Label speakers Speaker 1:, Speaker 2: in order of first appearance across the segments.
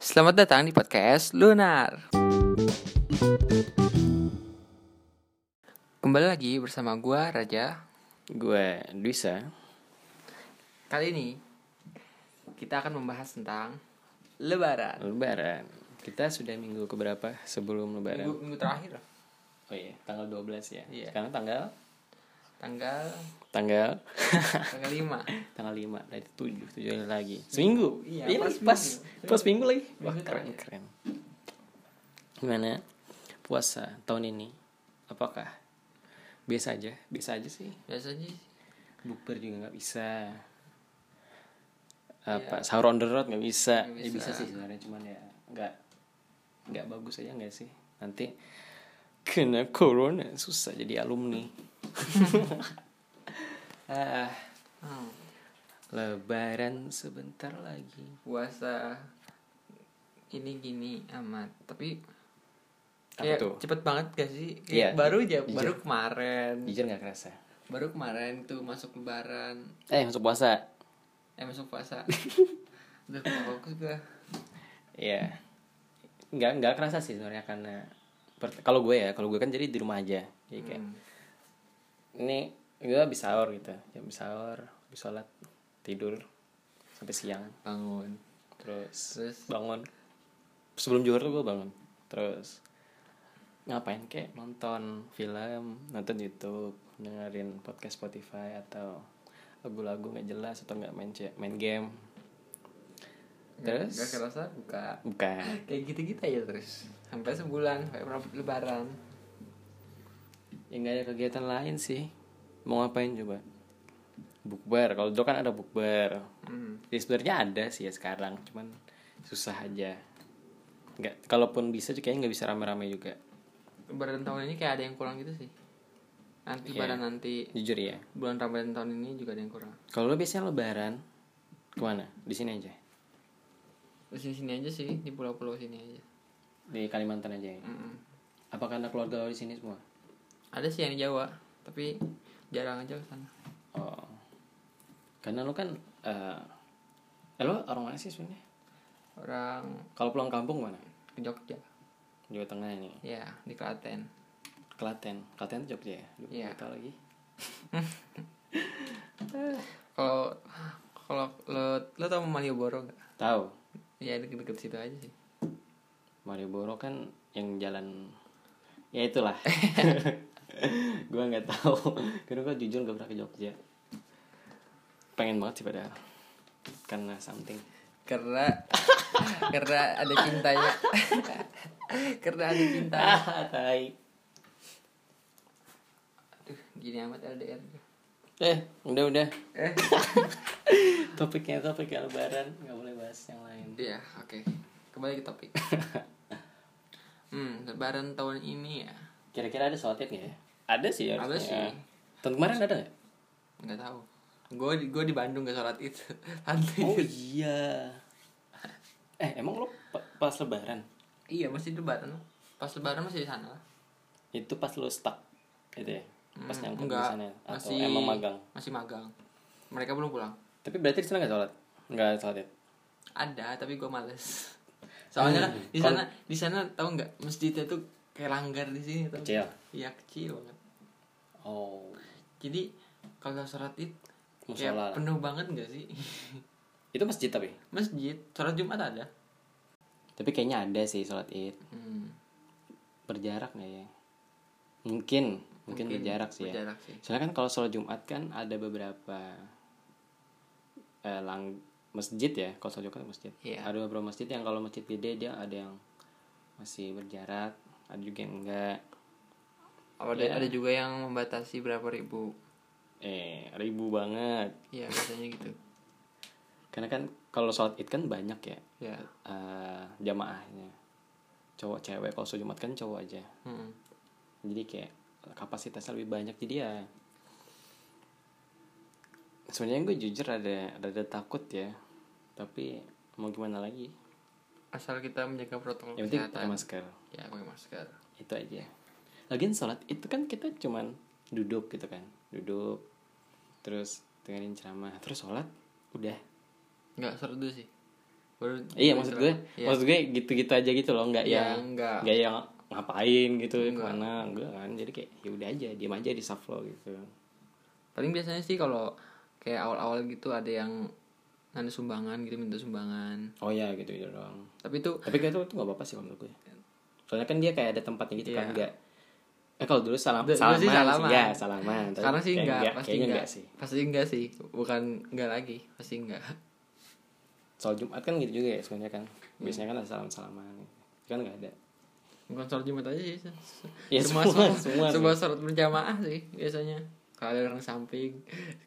Speaker 1: Selamat datang di podcast Lunar. Kembali lagi bersama gua Raja.
Speaker 2: Gue Dwisa
Speaker 1: Kali ini kita akan membahas tentang Lebaran.
Speaker 2: Lebaran Kita sudah minggu keberapa sebelum Lebaran?
Speaker 1: Minggu, minggu terakhir, loh.
Speaker 2: Oh iya, tanggal 12 ya
Speaker 1: Iya.
Speaker 2: Sekarang tanggal?
Speaker 1: tanggal
Speaker 2: Tanggal
Speaker 1: tanggal 5
Speaker 2: Tanggal 5, berarti 7, 7 hari lagi Seminggu?
Speaker 1: Iya,
Speaker 2: Iya,
Speaker 1: pas
Speaker 2: lagi, pas,
Speaker 1: minggu.
Speaker 2: pas minggu lagi Wah
Speaker 1: Minggu
Speaker 2: keren,
Speaker 1: terakhir.
Speaker 2: keren Gimana puasa tahun ini? Apakah biasa aja? Biasa aja sih
Speaker 1: Biasanya sih,
Speaker 2: Bukber juga nggak bisa apa sahur on the road Iya. nggak bisa
Speaker 1: Nggak
Speaker 2: ya
Speaker 1: bisa.
Speaker 2: bisa sih sebenarnya cuman ya nggak nggak bagus aja nggak sih nanti kena corona susah jadi alumni ah
Speaker 1: hmm,
Speaker 2: lebaran sebentar lagi
Speaker 1: puasa ini gini amat. Tapi
Speaker 2: Apa
Speaker 1: kayak
Speaker 2: tuh?
Speaker 1: cepet banget gak sih?
Speaker 2: Iya,
Speaker 1: Kayak baru aja,
Speaker 2: iya.
Speaker 1: baru kemarin.
Speaker 2: jujur nggak kerasa
Speaker 1: Baru kemarin tuh masuk Lebaran.
Speaker 2: eh masuk puasa
Speaker 1: Eh masuk puasa Udah kok fokus gue
Speaker 2: ya nggak nggak kerasa sih sebenarnya karena per- kalau gue ya kalau gue kan jadi di rumah aja jadi kayak
Speaker 1: Hmm.
Speaker 2: ini gue habis sahur gitu jam sahur habis sholat tidur sampai siang
Speaker 1: Bangun
Speaker 2: terus,
Speaker 1: Terus?
Speaker 2: bangun sebelum juhur tuh gue bangun terus ngapain kayak nonton film nonton YouTube dengerin podcast Spotify atau lagu-lagu nggak jelas atau nggak main ce- main game
Speaker 1: Gak
Speaker 2: terus
Speaker 1: kerasa buka
Speaker 2: bukan
Speaker 1: Kayak gitu-gitu aja terus Sampai sebulan Sampai berapa lebaran
Speaker 2: ya nggak ada kegiatan lain sih mau ngapain coba bukber kalau dulu kan ada bukber
Speaker 1: hmm.
Speaker 2: Ya sebenarnya ada sih ya sekarang, cuman susah aja. Nggak, kalaupun bisa juga kayaknya nggak bisa rame-rame juga.
Speaker 1: Lebaran tahun ini kayak ada yang kurang gitu sih Nanti
Speaker 2: Iya.
Speaker 1: lebaran nanti
Speaker 2: Jujur ya.
Speaker 1: Bulan Ramadan tahun ini juga ada yang kurang
Speaker 2: Kalau lo biasanya lebaran kemana? Di sini aja.
Speaker 1: Di sini-sini aja sih Di pulau-pulau sini aja
Speaker 2: Di Kalimantan aja ya.
Speaker 1: Mm-mm.
Speaker 2: Apa karena keluarga lo di sini semua?
Speaker 1: Ada sih yang di Jawa Tapi jarang aja ke sana
Speaker 2: Oh. Karena lo kan eh eh, lo orang mana sih sebenarnya?
Speaker 1: Orang
Speaker 2: Kalau pulang kampung mana?
Speaker 1: ke Jogja
Speaker 2: Jawa Tengah ini.
Speaker 1: Ya di Klaten
Speaker 2: Klaten. Klaten tuh Jogja ya. Duh,
Speaker 1: Iya.
Speaker 2: nggak tahu lagi.
Speaker 1: Kalau ah, kalau lo lo tau Malioboro gak?
Speaker 2: Tahu.
Speaker 1: Ya deket-deket situ aja sih
Speaker 2: Malioboro kan yang jalan ya itulah gue nggak tahu karena gue jujur gak pernah ke Jogja pengen banget sih padahal karena something
Speaker 1: karena karena ada cintanya karena ada cinta
Speaker 2: ah tai
Speaker 1: Aduh, gini amat LDR
Speaker 2: eh udah udah
Speaker 1: eh
Speaker 2: topiknya topiknya lebaran nggak boleh bahas yang lain
Speaker 1: iya oke kembali ke topik hmm lebaran tahun ini ya
Speaker 2: kira-kira ada sholat id nggak ya ada sih
Speaker 1: Ada
Speaker 2: harusnya
Speaker 1: sih.
Speaker 2: tahun kemarin ada nggak
Speaker 1: nggak tahu gue di gue di Bandung gak sholat id nanti
Speaker 2: oh iya eh emang lo pa- pas lebaran
Speaker 1: iya masih lebaran pas lebaran masih di sana lah.
Speaker 2: itu pas lo stuck gitu ya pas
Speaker 1: Hmm,
Speaker 2: nyangkut di
Speaker 1: enggak,
Speaker 2: sana ya? atau
Speaker 1: masih
Speaker 2: emang magang
Speaker 1: masih magang mereka belum pulang
Speaker 2: Tapi berarti di sana nggak sholat? Nggak sholat id?
Speaker 1: ada tapi gue males
Speaker 2: Eh,
Speaker 1: soalnya kan di sana di sana tahu nggak masjidnya tuh kayak langgar di sini tau nggak?
Speaker 2: Kecil.
Speaker 1: iya kecil banget
Speaker 2: Oh.
Speaker 1: jadi kalau sholat id kayak
Speaker 2: Musola.
Speaker 1: penuh banget gak sih
Speaker 2: Itu masjid tapi?
Speaker 1: masjid sholat jumat ada
Speaker 2: Tapi kayaknya ada sih sholat id.
Speaker 1: hmm,
Speaker 2: Berjarak nggak ya? Mungkin. Mungkin, berjarak sih ya.
Speaker 1: berjarak sih
Speaker 2: Soalnya kan kalau sholat Jumat kan ada beberapa eh, lang masjid ya. Kalau sholat Jumat masjid.
Speaker 1: Iya.
Speaker 2: Ada beberapa masjid yang kalau masjid gede dia ada yang masih berjarak. Ada juga yang enggak.
Speaker 1: Oh, ada ada juga yang membatasi berapa ribu
Speaker 2: Eh, ribu banget.
Speaker 1: ya biasanya gitu
Speaker 2: Karena kan kalau sholat id kan banyak ya.
Speaker 1: ya
Speaker 2: eh jamaahnya cowok cewek kalau sholat jumat kan cowok aja
Speaker 1: hmm.
Speaker 2: jadi kayak kapasitasnya lebih banyak jadi ya sebenarnya gue jujur ada ada takut ya tapi mau gimana lagi
Speaker 1: asal kita menjaga protokol
Speaker 2: yang penting pakai
Speaker 1: kesehatan
Speaker 2: masker
Speaker 1: ya pakai masker
Speaker 2: itu aja lagian sholat itu kan kita cuman duduk gitu kan duduk terus dengerin ceramah terus sholat udah
Speaker 1: nggak serdu sih Baru
Speaker 2: Iya maksud gue,
Speaker 1: Iya.
Speaker 2: maksud gue gitu-gitu aja gitu loh, nggak
Speaker 1: Iya,
Speaker 2: yang
Speaker 1: nggak.
Speaker 2: nggak yang ngapain gitu
Speaker 1: Nggak.
Speaker 2: kemana enggak kan jadi kayak ya udah aja diam aja di soft lo gitu
Speaker 1: paling biasanya sih kalau kayak awal-awal gitu ada yang nganu sumbangan gitu minta sumbangan
Speaker 2: oh ya gitu gitu doang
Speaker 1: tapi itu
Speaker 2: tapi kayak itu itu nggak apa-apa sih kalau menurut gue soalnya kan dia kayak ada tempatnya gitu kan
Speaker 1: Iya.
Speaker 2: nggak eh kalau dulu salam
Speaker 1: Dulu
Speaker 2: salaman
Speaker 1: sih
Speaker 2: sih
Speaker 1: salaman.
Speaker 2: ya salaman Tapi
Speaker 1: sekarang sih
Speaker 2: kayak
Speaker 1: enggak, pasti
Speaker 2: kayaknya
Speaker 1: enggak,
Speaker 2: nggak sih
Speaker 1: pasti enggak sih bukan enggak lagi pasti enggak
Speaker 2: soal jumat kan gitu juga ya sebenarnya kan biasanya kan ada salam salaman kan nggak ada
Speaker 1: bukan sholat jumat aja sih
Speaker 2: Ya,
Speaker 1: semua
Speaker 2: semua-
Speaker 1: sholat-
Speaker 2: semua sih.
Speaker 1: semua sholat berjamaah sih biasanya kalau ada orang samping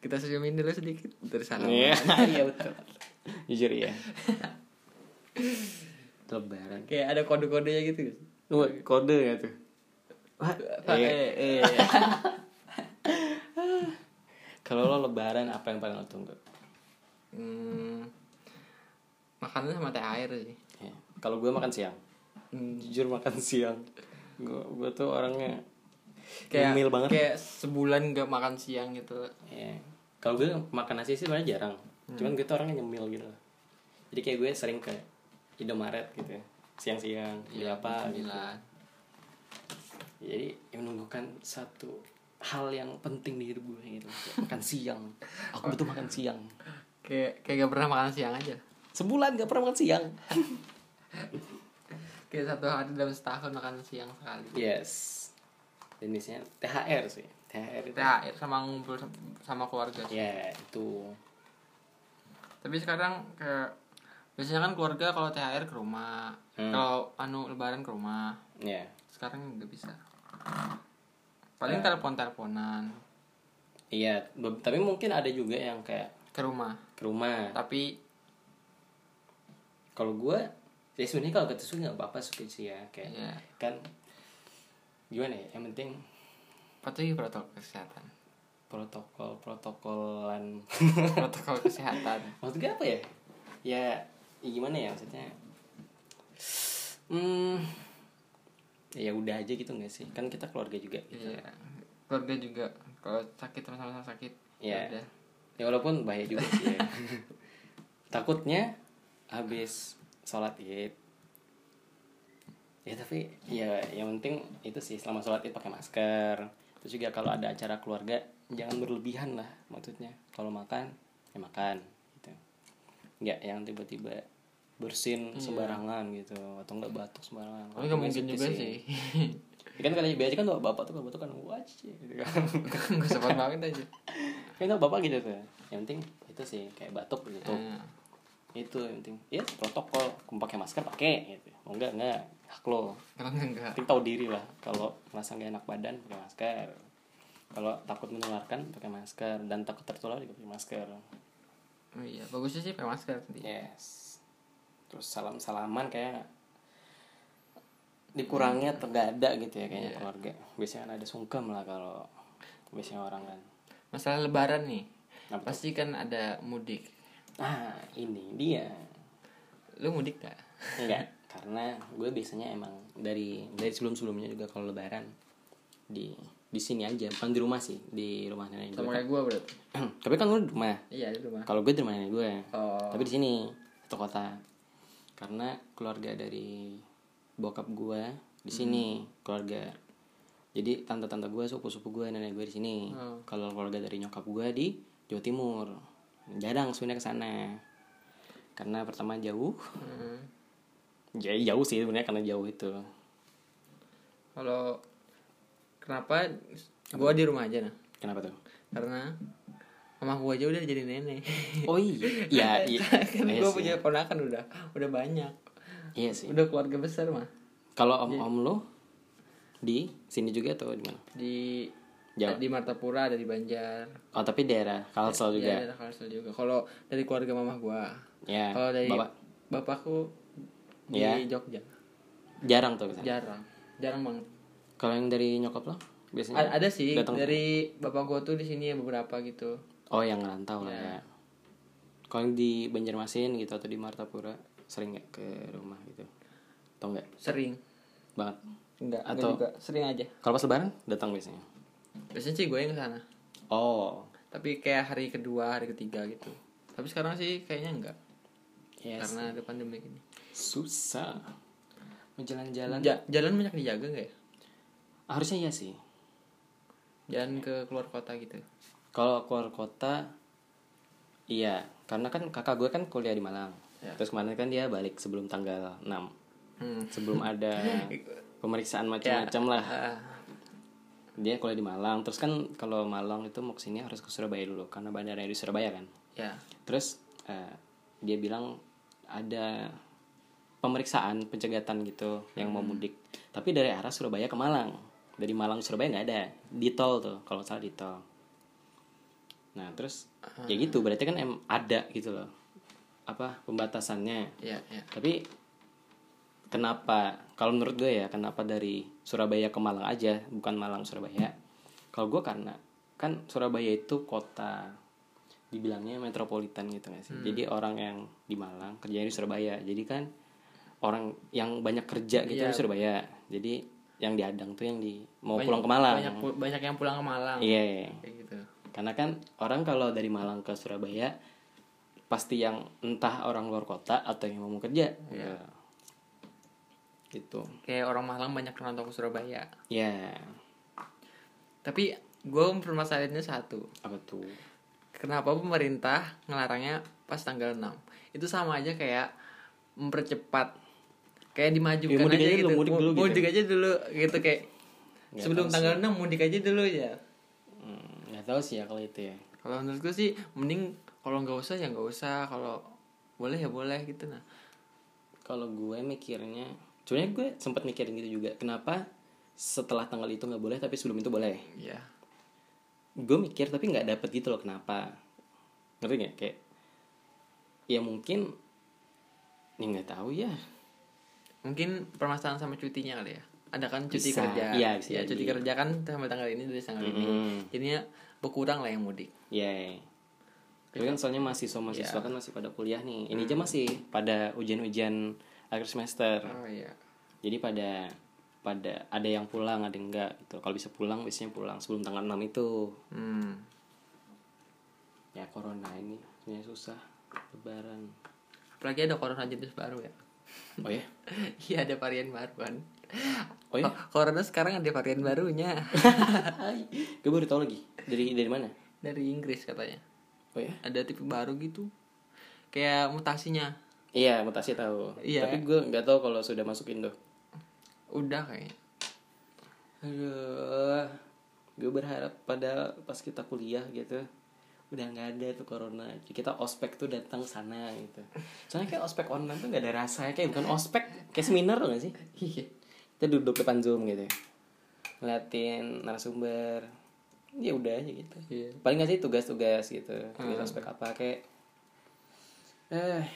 Speaker 1: kita senyumin dulu sedikit dari salaman
Speaker 2: Iya, iya betul. Jujur ya. Lebaran.
Speaker 1: kayak ada kode-kodenya gitu
Speaker 2: Wah, kode ya tuh. Iya.
Speaker 1: eh, eh.
Speaker 2: Kalau lo lebaran apa yang paling lo tunggu?
Speaker 1: Hmm, makanan sama teh air sih
Speaker 2: Ya. Kalau gue makan siang.
Speaker 1: Hmm,
Speaker 2: Jujur makan siang. Gue gue tuh orangnya
Speaker 1: kayak
Speaker 2: Ngemil banget.
Speaker 1: kayak sebulan nggak makan siang gitu
Speaker 2: ya. Kalau gue makan nasi sih sebenarnya jarang. Cuman gue tuh orangnya nyemil gitu. loh. Jadi kayak gue sering ke Indomaret gitu. ya. Siang-siang, beli apa gitu.
Speaker 1: Alhamdulillah.
Speaker 2: jadi yang menunggukan satu hal yang penting di hidup gue gitu Kayak makan siang aku butuh makan siang
Speaker 1: kayak kayak gak pernah makan siang aja
Speaker 2: sebulan gak pernah makan siang
Speaker 1: kayak satu hari dalam setahun makan siang sekali
Speaker 2: yes jenisnya THR sih THR itu
Speaker 1: teh air sama ngumpul sama keluarga sih.
Speaker 2: ya itu
Speaker 1: tapi sekarang ke biasanya kan keluarga kalau THR ke rumah
Speaker 2: Hmm.
Speaker 1: kalau anu lebaran ke rumah
Speaker 2: ya
Speaker 1: sekarang nggak bisa paling telepon teleponan
Speaker 2: iya be- tapi mungkin ada juga yang kayak
Speaker 1: ke rumah
Speaker 2: ke rumah
Speaker 1: tapi
Speaker 2: kalau gue ya sebenarnya kalau kata suka nggak apa-apa suka sih ya kayak
Speaker 1: ya
Speaker 2: kan gimana ya yang penting
Speaker 1: patuhi protokol kesehatan
Speaker 2: protokol protokolan
Speaker 1: protokol kesehatan
Speaker 2: maksud gue apa ya ya ya gimana ya maksudnya hmm ya udah aja gitu nggak sih kan kita keluarga juga gitu
Speaker 1: iya keluarga juga kalau sakit sama-sama sakit
Speaker 2: Iya.
Speaker 1: ya udah.
Speaker 2: ya walaupun bahaya juga sih ya. takutnya habis sholat id ya tapi ya yang penting itu sih selama sholat id pakai masker terus juga kalau ada acara keluarga jangan berlebihan lah maksudnya kalau makan ya makan gitu nggak yang tiba-tiba bersin
Speaker 1: Iya.
Speaker 2: sembarangan gitu atau nggak batuk sembarangan
Speaker 1: tapi nggak mungkin juga sih
Speaker 2: Ya kan kalau biasanya kan kalau bapak tuh kalau batuk kan wajib gitu kan
Speaker 1: nggak sempat banget aja
Speaker 2: Kayaknya bapak gitu tuh. Yang penting itu sih kayak batuk gitu.
Speaker 1: Nah,
Speaker 2: Itu yang penting. Ya protokol, kamu pakai masker pakai gitu. Mau enggak enggak hak lo.
Speaker 1: kalau enggak
Speaker 2: Penting tahu diri lah. Kalau merasa nggak enak badan pakai masker. Kalau takut menularkan pakai masker dan takut tertular juga pakai masker.
Speaker 1: Oh iya bagusnya sih pakai masker nanti
Speaker 2: Yes. Terus salam-salaman kayak dikurangnya atau nggak ada gitu ya kayaknya
Speaker 1: Iya.
Speaker 2: keluarga. Biasanya kan ada sungkem lah kalau biasanya orang kan.
Speaker 1: masalah lebaran nih
Speaker 2: Apa tuh?
Speaker 1: pasti kan ada mudik
Speaker 2: Ah, ini dia.
Speaker 1: lu mudik gak
Speaker 2: Enggak, karena gue biasanya emang dari dari sebelum-sebelumnya juga kalau lebaran di di sini aja, bukan di rumah sih, di rumah nenek
Speaker 1: sama
Speaker 2: gue.
Speaker 1: kayak gue berarti
Speaker 2: Tapi kan gue di rumah.
Speaker 1: iya di rumah
Speaker 2: Kalau gue di rumah nenek gue.
Speaker 1: oh
Speaker 2: Tapi di sini satu kota. Karena keluarga dari bokap gue di sini keluarga. Jadi tante-tante gue, sepupu-sepupu gue, nenek gue di sini.
Speaker 1: Hmm.
Speaker 2: Kalau keluarga dari nyokap gue di Jawa Timur. Jarang sebenarnya ke sana. Karena pertama jauh,
Speaker 1: Hmm.
Speaker 2: Ya, jauh sih sebenarnya karena jauh itu.
Speaker 1: kalau kenapa gue di rumah aja nah
Speaker 2: Kenapa tuh?
Speaker 1: karena mama gue aja udah jadi nenek
Speaker 2: Oh iya, iya, iya,
Speaker 1: kan
Speaker 2: iya
Speaker 1: gue
Speaker 2: sih.
Speaker 1: punya ponakan udah udah banyak
Speaker 2: Iya sih.
Speaker 1: udah keluarga besar mah
Speaker 2: Kalau
Speaker 1: Iya.
Speaker 2: om om lo di sini juga atau di mana?
Speaker 1: di
Speaker 2: Jawa.
Speaker 1: di Martapura ada di Banjar
Speaker 2: Oh tapi daerah Kalsel
Speaker 1: Iya,
Speaker 2: juga.
Speaker 1: ada Kalsel juga kalau dari keluarga mamah gue
Speaker 2: Ya.
Speaker 1: kalau dari
Speaker 2: bapak
Speaker 1: bapakku di
Speaker 2: Iya.
Speaker 1: Jogja
Speaker 2: jarang tuh kesana.
Speaker 1: jarang jarang banget
Speaker 2: Kalau yang dari nyokap lo biasanya?
Speaker 1: A- ada sih
Speaker 2: Iya. datang-
Speaker 1: dari bapak gue tuh di sini beberapa gitu
Speaker 2: Oh yang ngerantau lah
Speaker 1: Iya.
Speaker 2: ya. Kalau yang di Banjarmasin gitu atau di Martapura sering nggak ke rumah gitu? Atau nggak?
Speaker 1: sering
Speaker 2: Banget.
Speaker 1: enggak enggak
Speaker 2: Atau-
Speaker 1: juga sering aja
Speaker 2: Kalau pas Lebaran datang biasanya.
Speaker 1: biasanya sih gue yang kesana
Speaker 2: Oh,
Speaker 1: tapi kayak hari kedua hari ketiga gitu tapi sekarang sih kayaknya enggak
Speaker 2: Yes.
Speaker 1: karena ada pandemi ini.
Speaker 2: susah mau jalan-jalan
Speaker 1: Ja- jalan banyak dijaga nggak ya?
Speaker 2: harusnya iya sih
Speaker 1: Jalan ke keluar kota gitu.
Speaker 2: kalau keluar kota iya karena kan kakak gue kan kuliah di Malang
Speaker 1: Ya.
Speaker 2: terus kemarin kan dia balik sebelum tanggal 6
Speaker 1: Hmm.
Speaker 2: sebelum ada pemeriksaan macam-macam lah
Speaker 1: Ah,
Speaker 2: dia kuliah di Malang terus kan kalau Malang itu mau kesini harus ke Surabaya dulu karena bandaranya di Surabaya kan
Speaker 1: ya.
Speaker 2: terus eh, dia bilang ada pemeriksaan pencegatan gitu yang mau mudik tapi dari arah Surabaya ke Malang dari Malang ke Surabaya nggak ada di tol tuh kalau nggak salah di tol nah terus ya gitu berarti kan em ada gitu loh apa pembatasannya
Speaker 1: Ya, ya.
Speaker 2: tapi kenapa kalau menurut gue ya kenapa dari Surabaya ke Malang aja bukan Malang Surabaya kalau gue karena kan Surabaya itu kota dibilangnya metropolitan gitu nggak sih
Speaker 1: Hmm.
Speaker 2: jadi orang yang di Malang kerjanya di Surabaya jadi kan orang yang banyak kerja gitu
Speaker 1: Iya.
Speaker 2: di Surabaya jadi yang diadang tuh yang di mau
Speaker 1: Banyak-
Speaker 2: pulang ke Malang
Speaker 1: Banyak, pu- banyak yang pulang ke Malang.
Speaker 2: iya
Speaker 1: Kayak gitu.
Speaker 2: karena kan orang kalau dari Malang ke Surabaya pasti yang entah orang luar kota atau yang mau kerja
Speaker 1: Iya.
Speaker 2: Ya. gitu
Speaker 1: Kayak orang Malang banyak nonton ke Surabaya.
Speaker 2: ya
Speaker 1: Tapi gue permasalahannya satu.
Speaker 2: apa tuh
Speaker 1: Kenapa pemerintah ngelarangnya pas tanggal 6? Itu sama aja kayak mempercepat kayak
Speaker 2: Ya,
Speaker 1: dimajukan
Speaker 2: mudik
Speaker 1: aja
Speaker 2: aja
Speaker 1: gitu.
Speaker 2: dulu, mudik
Speaker 1: Mu-
Speaker 2: dulu gitu. Ya,
Speaker 1: mudik aja dulu gitu kayak
Speaker 2: Nggak
Speaker 1: sebelum
Speaker 2: tahu
Speaker 1: tanggal 6 mudik aja dulu ya.
Speaker 2: Hmm, nggak tahu sih ya kalau itu ya
Speaker 1: Kalau menurut gue sih mending kalau nggak usah ya nggak usah, kalau boleh ya boleh gitu nah.
Speaker 2: kalau gue mikirnya sebenarnya gue sempat mikirin gitu juga kenapa setelah tanggal itu nggak boleh tapi sebelum itu boleh
Speaker 1: Ya.
Speaker 2: gue mikir tapi nggak dapet gitu loh kenapa ngerti nggak kayak ya mungkin ya nggak tahu ya
Speaker 1: Mungkin permasalahan sama cutinya kali ya. Ada kan cuti
Speaker 2: Bisa,
Speaker 1: kerja.
Speaker 2: iya, bisa
Speaker 1: ya, cuti
Speaker 2: jadi.
Speaker 1: kerja kan sampai tanggal ini dari tanggal ini.
Speaker 2: Hmm.
Speaker 1: Jadinya berkurang lah yang mudik.
Speaker 2: Iya. Tapi kan soalnya mahasiswa-mahasiswa
Speaker 1: Iya.
Speaker 2: kan masih pada kuliah nih. Ini aja masih pada ujian-ujian akhir semester.
Speaker 1: Oh iya.
Speaker 2: Jadi pada pada ada yang pulang, ada yang enggak gitu. Kalau bisa pulang biasanya pulang sebelum tanggal 6 itu.
Speaker 1: Hmm.
Speaker 2: Ya corona ini sebenarnya susah lebaran.
Speaker 1: Apalagi ada corona jenis baru ya.
Speaker 2: Oh ya.
Speaker 1: Iya ada varian baru kan.
Speaker 2: Oh ya.
Speaker 1: corona sekarang ada varian barunya
Speaker 2: Gue baru tahu lagi. Dari dari mana?
Speaker 1: dari Inggris katanya.
Speaker 2: Oh ya.
Speaker 1: Ada tipe baru gitu. Kayak mutasinya
Speaker 2: Iya, mutasi tahu.
Speaker 1: Iya.
Speaker 2: Tapi gue nggak tahu kalau sudah masuk Indo.
Speaker 1: udah kayaknya.
Speaker 2: Aduh, gue berharap pada pas kita kuliah gitu udah nggak ada tuh corona. Jadi Kita ospek tuh datang sana gitu. Soalnya kayak ospek online tuh nggak ada rasanya kayak bukan ospek, kayak seminar tuh nggak sih?
Speaker 1: Iya.
Speaker 2: Kita duduk depan zoom gitu, ngeliatin narasumber. Ya udah aja gitu.
Speaker 1: Iya. Hmm.
Speaker 2: Paling nggak sih tugas-tugas gitu, tugas ospek apa kayak. Eh,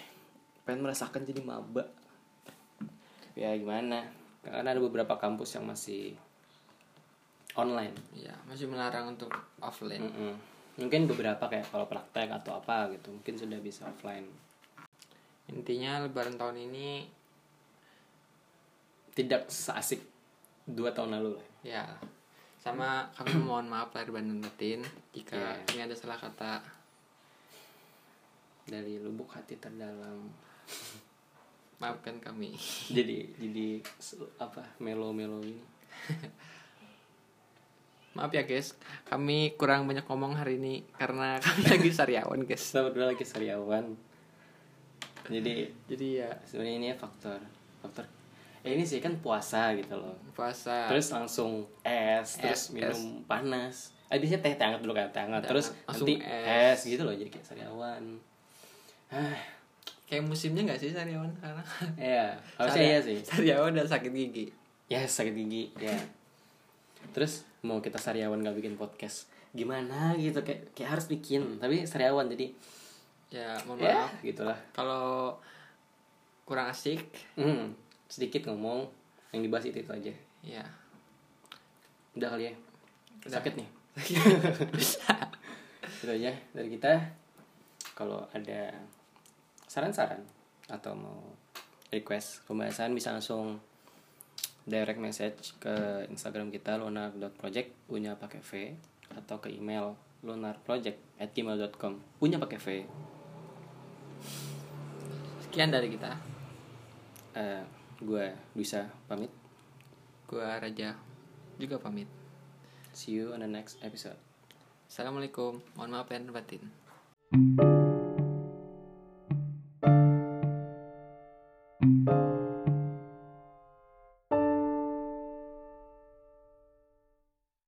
Speaker 2: pengen merasakan jadi maba. Ya gimana? Karena ada beberapa kampus yang masih online.
Speaker 1: Iya, masih melarang untuk offline.
Speaker 2: Mm-mm. Mungkin beberapa kayak kalau praktek atau apa gitu, mungkin sudah bisa offline.
Speaker 1: Intinya lebaran tahun ini
Speaker 2: Tidak seasik dua tahun lalu lah.
Speaker 1: ya sama kami mohon maaf lahir dan batin jika
Speaker 2: Iya.
Speaker 1: ini ada salah kata.
Speaker 2: Dari lubuk hati terdalam.
Speaker 1: Maafkan kami.
Speaker 2: jadi jadi se- apa melo-melo ini.
Speaker 1: Maaf ya guys, kami kurang banyak ngomong hari ini karena kami lagi sariawan guys.
Speaker 2: Kita berdua lagi sariawan. Jadi
Speaker 1: Jadi ya
Speaker 2: sebenarnya ini ya faktor faktor. Eh ini sih kan puasa gitu loh.
Speaker 1: puasa.
Speaker 2: terus langsung es,
Speaker 1: Es,
Speaker 2: terus minum panas habisnya teh teh hangat dulu kan teh hangat
Speaker 1: Teh
Speaker 2: terus
Speaker 1: hangat, langsung
Speaker 2: nanti
Speaker 1: es.
Speaker 2: es. gitu loh jadi kayak sariawan Hah,
Speaker 1: kayak musimnya nggak sih sariawan sekarang?
Speaker 2: iya harusnya iya sih
Speaker 1: Sariawan udah sakit gigi.
Speaker 2: ya sakit gigi ya terus mau kita sariawan gak bikin podcast gimana gitu kayak kayak harus bikin tapi sariawan jadi
Speaker 1: Ya mohon
Speaker 2: ya
Speaker 1: maaf.
Speaker 2: gitulah
Speaker 1: Kalau kurang asik,
Speaker 2: hmm, sedikit ngomong yang dibahas itu itu aja
Speaker 1: ya
Speaker 2: udah kali ya
Speaker 1: Udah.
Speaker 2: sakit nih itu aja dari kita kalau ada saran-saran atau mau request pembahasan bisa langsung direct message ke Instagram kita lunar.project punya pakai V atau ke email lunarproject@gmail.com punya pakai V
Speaker 1: Sekian dari kita.
Speaker 2: Eh, gue bisa pamit.
Speaker 1: Gua Raja juga pamit.
Speaker 2: See you on the next episode.
Speaker 1: Assalamualaikum. Mohon maaf dan batin.
Speaker 2: thank you